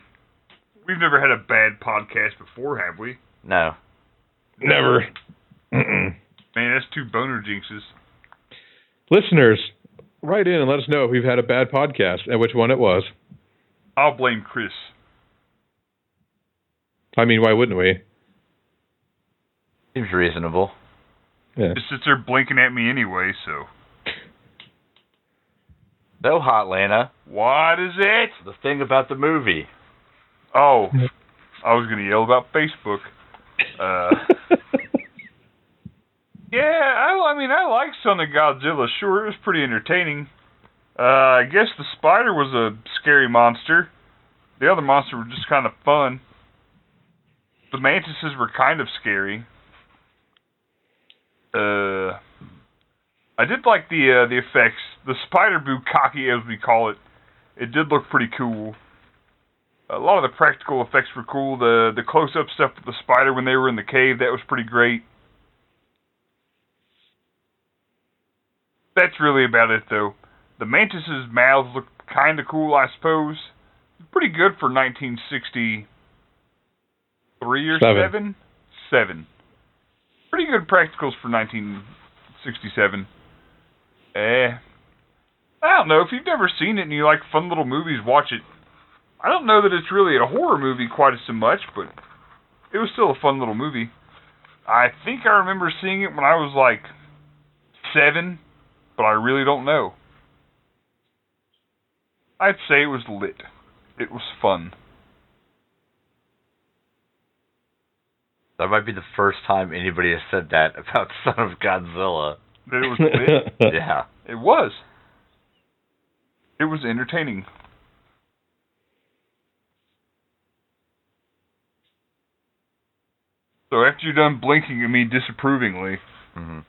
Speaker 2: We've never had a bad podcast before, have we?
Speaker 1: No.
Speaker 3: Never. Mm-mm.
Speaker 2: Man, that's two boner jinxes.
Speaker 3: Listeners, write in and let us know if we've had a bad podcast and which one it was.
Speaker 2: I'll blame Chris.
Speaker 3: I mean, why wouldn't we?
Speaker 1: Seems reasonable.
Speaker 3: Yeah.
Speaker 2: He sits there blinking at me anyway, so.
Speaker 1: So hot, Lana.
Speaker 2: What is it?
Speaker 1: The thing about the movie.
Speaker 2: Oh, I was going to yell about Facebook. Uh, yeah, I, I mean, I like Son of Godzilla, sure. It was pretty entertaining. Uh, I guess the spider was a scary monster. The other monsters were just kind of fun. The mantises were kind of scary. Uh, I did like the uh, the effects. The spider bukkake, as we call it, it did look pretty cool. A lot of the practical effects were cool. The the close up stuff with the spider when they were in the cave that was pretty great. That's really about it though. The mantis's mouths looked kind of cool, I suppose. Pretty good for 1963 or
Speaker 3: Seven.
Speaker 2: seven. Seven. Pretty good practicals for 1967. Eh. I don't know. If you've never seen it and you like fun little movies, watch it. I don't know that it's really a horror movie quite as much, but it was still a fun little movie. I think I remember seeing it when I was like seven, but I really don't know. I'd say it was lit. It was fun.
Speaker 1: That might be the first time anybody has said that about [laughs] Son of Godzilla.
Speaker 2: That it was
Speaker 3: [laughs]
Speaker 2: lit.
Speaker 1: yeah.
Speaker 2: It was. It was entertaining. So after you're done blinking at me disapprovingly
Speaker 1: Mhm.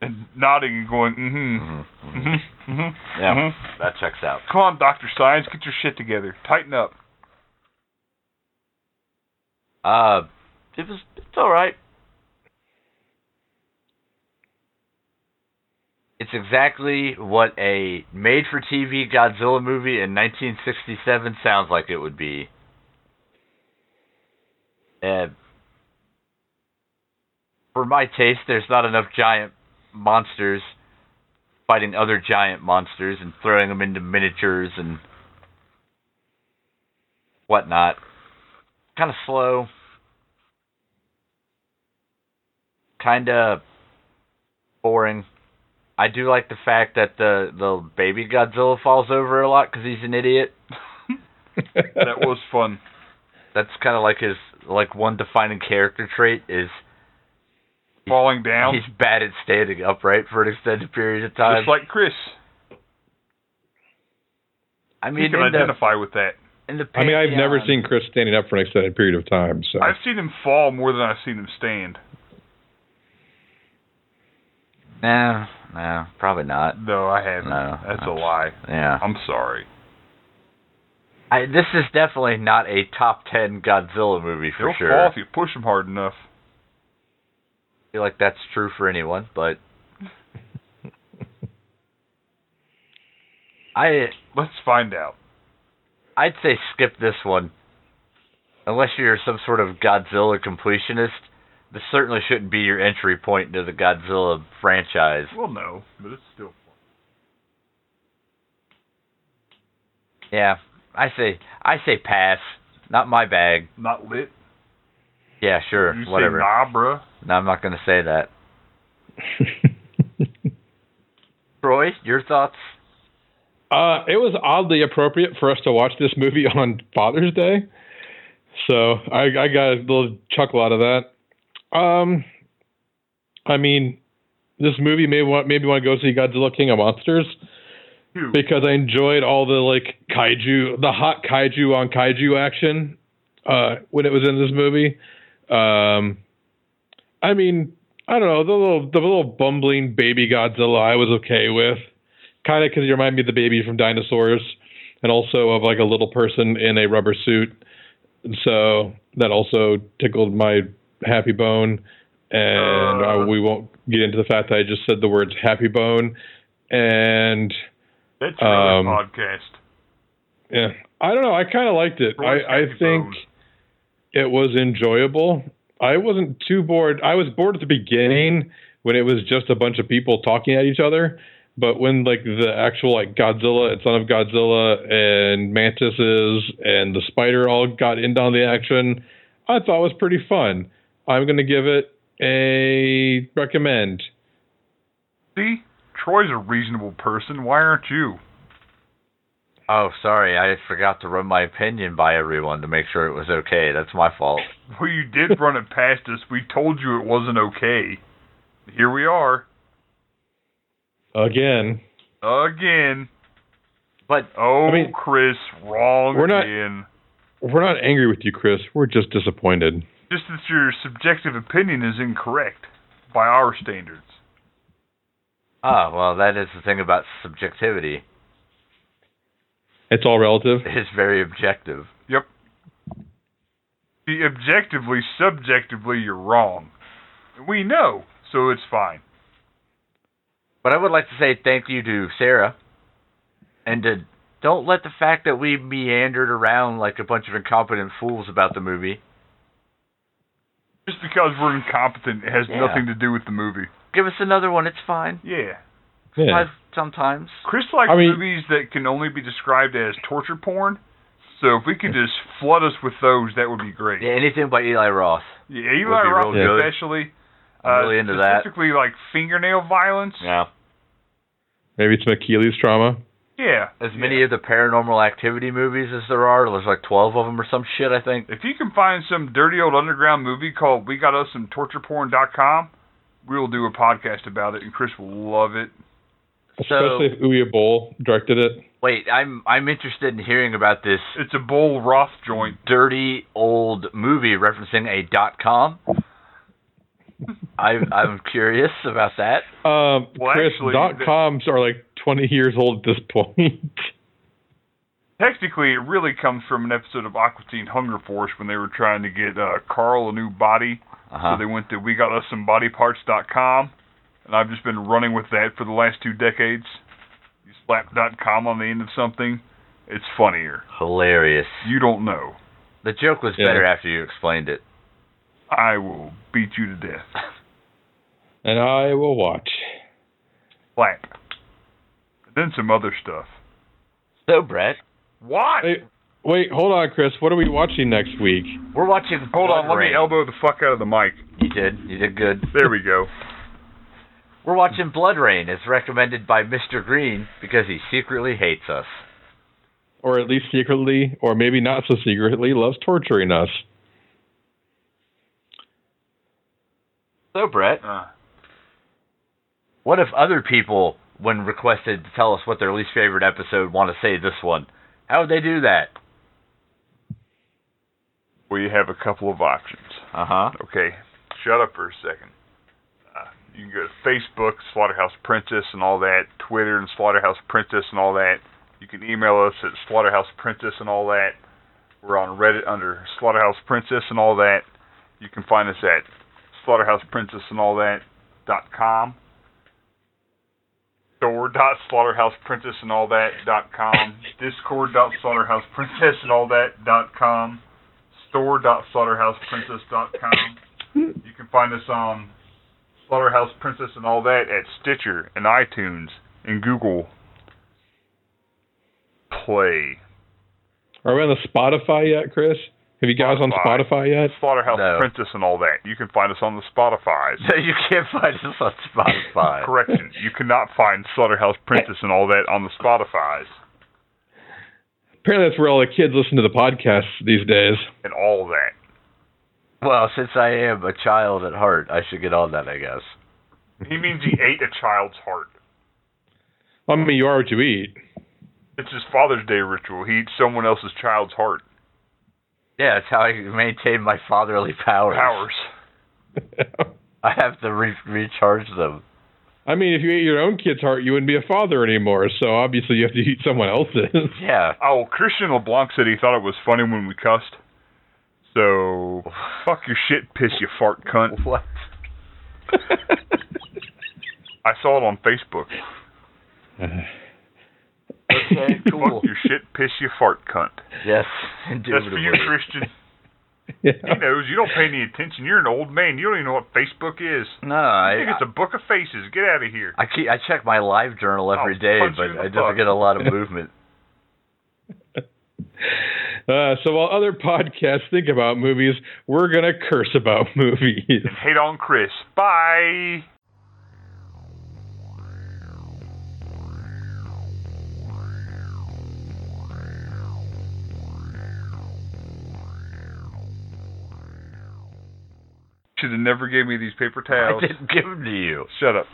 Speaker 2: and nodding and going, mm-hmm,
Speaker 1: Mhm. Mhm.
Speaker 2: mm-hmm, mm-hmm,
Speaker 1: Yeah.
Speaker 2: mm-hmm.
Speaker 1: That checks out.
Speaker 2: Come on, Dr. Science, get your shit together. Tighten up.
Speaker 1: Uh, it was it's all right. It's exactly what a made-for-TV Godzilla movie in 1967 sounds like it would be. Uh, for my taste, there's not enough giant monsters fighting other giant monsters and throwing them into miniatures and whatnot. Kind of slow. Kind of boring. I do like the fact that the the baby Godzilla falls over a lot because he's an idiot.
Speaker 2: That was fun.
Speaker 1: That's kind of like his like one defining character trait is [laughs]
Speaker 2: Falling down,
Speaker 1: he's bad at standing upright for an extended period of time.
Speaker 2: just like Chris.
Speaker 1: I
Speaker 2: He
Speaker 1: mean,
Speaker 2: can
Speaker 1: in the-
Speaker 2: identify with that.
Speaker 1: in the
Speaker 3: [laughs] I mean, I've never
Speaker 1: pantheon-
Speaker 3: seen Chris standing up for an extended period of time. So
Speaker 2: I've seen him fall more than I've seen him stand.
Speaker 1: No, no, probably not.
Speaker 2: No, I haven't.
Speaker 1: No,
Speaker 2: That's a
Speaker 1: that's-
Speaker 2: lie.
Speaker 1: Yeah.
Speaker 2: I'm sorry.
Speaker 1: I, this is definitely not a top 10 Godzilla movie for
Speaker 2: He'll
Speaker 1: sure.
Speaker 2: fall if you push him hard enough.
Speaker 1: I feel like that's true for anyone,
Speaker 2: [laughs]
Speaker 1: but. I,
Speaker 2: Let's find out.
Speaker 1: I'd say skip this one. Unless you're some sort of Godzilla completionist, this certainly shouldn't be your entry point into the Godzilla franchise.
Speaker 2: Well, no, but it's still.
Speaker 1: Yeah, I say I say pass. Not my bag.
Speaker 2: Not lit.
Speaker 1: Yeah, sure,
Speaker 2: you
Speaker 1: whatever.
Speaker 2: say nah, bruh.
Speaker 1: No, I'm not going to say that. Troy, your thoughts?
Speaker 3: Uh, it was oddly appropriate for us to watch this movie [laughs] on Father's Day, so I, I got a little chuckle out of that. Um, I mean, this movie made want maybe want to go see Godzilla King of Monsters
Speaker 2: Two.
Speaker 3: because I enjoyed all the like kaiju, the hot kaiju on kaiju action uh, when it was in this movie. Um, I mean, I don't know the little the little bumbling baby Godzilla I was okay with, kind of because he reminded me of the baby from Dinosaurs, and also of like a little person in a rubber suit. And so that also tickled my happy bone. And
Speaker 2: Uh.
Speaker 3: uh, we won't get into the fact that I just said the words happy bone. And
Speaker 2: That's your
Speaker 3: um,
Speaker 2: podcast.
Speaker 3: yeah, I don't know. I kind of liked it.
Speaker 2: Roy's
Speaker 3: I, I
Speaker 2: Happy
Speaker 3: think
Speaker 2: Bone.
Speaker 3: it was enjoyable. I wasn't too bored. I was bored at the beginning when it was just a bunch of people talking at each other. But when like the actual like Godzilla and Son of Godzilla and Mantises and the Spider all got in on the action, I thought it was pretty fun. I'm gonna give it a recommend.
Speaker 2: See, Troy's a reasonable person. Why aren't you?
Speaker 1: Oh, sorry, I forgot to run my opinion by everyone to make sure it was okay. That's my fault.
Speaker 2: Well, you
Speaker 3: [laughs]
Speaker 2: did run it past us. We told you it wasn't okay. Here we are
Speaker 3: Again,
Speaker 2: again.
Speaker 1: But
Speaker 2: Oh,
Speaker 3: I mean-
Speaker 2: Chris, wrong
Speaker 3: We're not-
Speaker 2: again.
Speaker 3: we're not angry with you, Chris. We're just disappointed.
Speaker 2: Just that your subjective opinion is incorrect by our standards.
Speaker 1: Oh, well, that is the thing about subjectivity.
Speaker 3: It's all relative.
Speaker 1: It is very objective.
Speaker 2: The objectively, subjectively, you're wrong. We know, so it's fine.
Speaker 1: But I would like to say thank you to Sarah. And to don't let the fact that we meandered around like a bunch of incompetent fools about the movie
Speaker 2: Just because we're incompetent has
Speaker 1: Yeah.
Speaker 2: nothing to do with the movie.
Speaker 1: give us another one. It's fine.
Speaker 2: Yeah.
Speaker 3: Yeah.
Speaker 1: I've- Sometimes.
Speaker 2: Chris likes
Speaker 3: I mean-
Speaker 2: movies that can only be described as torture porn. So if we could just flood us with those, that would be great.
Speaker 1: Yeah, anything by Eli Roth.
Speaker 2: Yeah, Eli
Speaker 1: Would be
Speaker 2: Roth
Speaker 1: real good.
Speaker 2: especially.
Speaker 1: I'm
Speaker 2: uh,
Speaker 1: really into that.
Speaker 2: Specifically, like fingernail violence.
Speaker 1: Yeah.
Speaker 3: Maybe it's McKeely's trauma.
Speaker 2: Yeah.
Speaker 1: As
Speaker 2: yeah.
Speaker 1: many of the paranormal activity movies as there are, there's like 12 of them or some shit, I think.
Speaker 2: If you can find some dirty old underground movie called We Got Us Some TorturePorn.com, we'll do a podcast about it, and Chris will love it.
Speaker 1: So-
Speaker 3: Especially if Uwe Boll directed it.
Speaker 1: Wait, I'm I'm interested in hearing about this
Speaker 2: It's a Bull Roth joint.
Speaker 1: dirty old movie referencing a dot [laughs] com. I I'm curious about that.
Speaker 3: Um,
Speaker 2: Well,
Speaker 3: Chris,
Speaker 2: actually,
Speaker 3: dot
Speaker 2: the-
Speaker 3: coms are like 20 years old at this [laughs] point.
Speaker 2: Technically, it really comes from an episode of Aqua Teen Hunger Force when they were trying to get uh, Carl a new body.
Speaker 1: Uh-huh.
Speaker 2: So they went to We Got Us Some BodyParts.com, and I've just been running with that for the last two decades. You slap .com on the end of something, it's funnier.
Speaker 1: Hilarious.
Speaker 2: You don't know.
Speaker 1: The joke was
Speaker 3: Yeah.
Speaker 1: better after you explained it.
Speaker 2: I will beat you to death.
Speaker 3: and I will watch.
Speaker 2: Slap. Then some other stuff.
Speaker 1: So Brett,
Speaker 2: What?
Speaker 3: Hey, wait, hold on, Chris. What are we watching next week?
Speaker 1: we're watching.
Speaker 2: Hold
Speaker 1: Blood
Speaker 2: on, let me
Speaker 1: Rain.
Speaker 2: elbow the fuck out of the mic.
Speaker 1: You did. You did good.
Speaker 2: There we go.
Speaker 1: We're watching Blood Rain, as recommended by Mr. Green, because he secretly hates us.
Speaker 3: Or at least secretly, or maybe not so secretly, loves torturing us.
Speaker 1: So Brett,
Speaker 2: Uh,
Speaker 1: what if other people, when requested to tell us what their least favorite episode, want to say this one? How would they do that?
Speaker 2: we have a couple of options.
Speaker 1: Uh huh.
Speaker 2: Okay, shut up for a second. Uh, you can go to Facebook, Slaughterhouse Princess, and all that, Twitter, and Slaughterhouse Princess, and all that. You can email us at Slaughterhouse Princess and all that. We're on Reddit under Slaughterhouse Princess and all that. You can find us at Slaughterhouse Princess and all that dot com. Store dot Slaughterhouse Princess and all that dot com. Discord dot Slaughterhouse Princess and all that dot com. Store dot Slaughterhouse Princess dot com. You can find us on Slaughterhouse Princess and all that at Stitcher and iTunes and Google Play.
Speaker 3: Are we on the Spotify yet, Chris? Have you guys on
Speaker 2: Spotify.
Speaker 3: Spotify yet?
Speaker 2: Slaughterhouse
Speaker 1: No.
Speaker 2: Princess and all that. You can find us on the Spotify's.
Speaker 1: No, you can't find us on [laughs] Spotify.
Speaker 2: Correction, you cannot find Slaughterhouse Princess and all that on the Spotify's
Speaker 3: Apparently, that's where all the kids listen to the podcasts these days.
Speaker 2: and all that.
Speaker 1: Well, since I am a child at heart, I should get on that, I guess.
Speaker 2: He means he ate a child's heart.
Speaker 3: I mean, you are what you eat.
Speaker 2: It's his Father's Day ritual. He eats someone else's child's heart.
Speaker 1: Yeah, it's how I maintain my fatherly powers.
Speaker 2: Powers.
Speaker 3: [laughs]
Speaker 1: I have to re- recharge them.
Speaker 3: I mean, if you ate your own kid's heart, you wouldn't be a father anymore. So obviously, you have to eat someone else's.
Speaker 1: Yeah.
Speaker 2: Oh, Christian LeBlanc said he thought it was funny when we cussed. So, fuck your shit, piss you fart cunt.
Speaker 1: [laughs] What?
Speaker 2: I saw it on Facebook.
Speaker 1: [laughs] Okay, cool.
Speaker 2: Fuck your shit, piss you fart cunt.
Speaker 1: Yes,
Speaker 2: That's for
Speaker 1: indubitably.
Speaker 2: you, Christian.
Speaker 3: [laughs] Yeah.
Speaker 2: He knows. You don't pay any attention. You're an old man. You don't even know what Facebook is.
Speaker 1: No,
Speaker 2: I
Speaker 1: I,
Speaker 2: think it's a book of faces. Get out of here.
Speaker 1: I keep I check my live journal every
Speaker 2: I'll
Speaker 1: day,
Speaker 2: punch you in
Speaker 1: but
Speaker 2: the
Speaker 1: I
Speaker 2: fuck.
Speaker 1: don't get a lot
Speaker 2: [laughs]
Speaker 1: of movement.
Speaker 3: Uh, so while other podcasts think about movies, we're gonna curse about [laughs] movies.
Speaker 2: And hate on Chris. Bye. Should have never gave me these paper
Speaker 1: I
Speaker 2: towels.
Speaker 1: didn't give them to you.
Speaker 2: Shut up.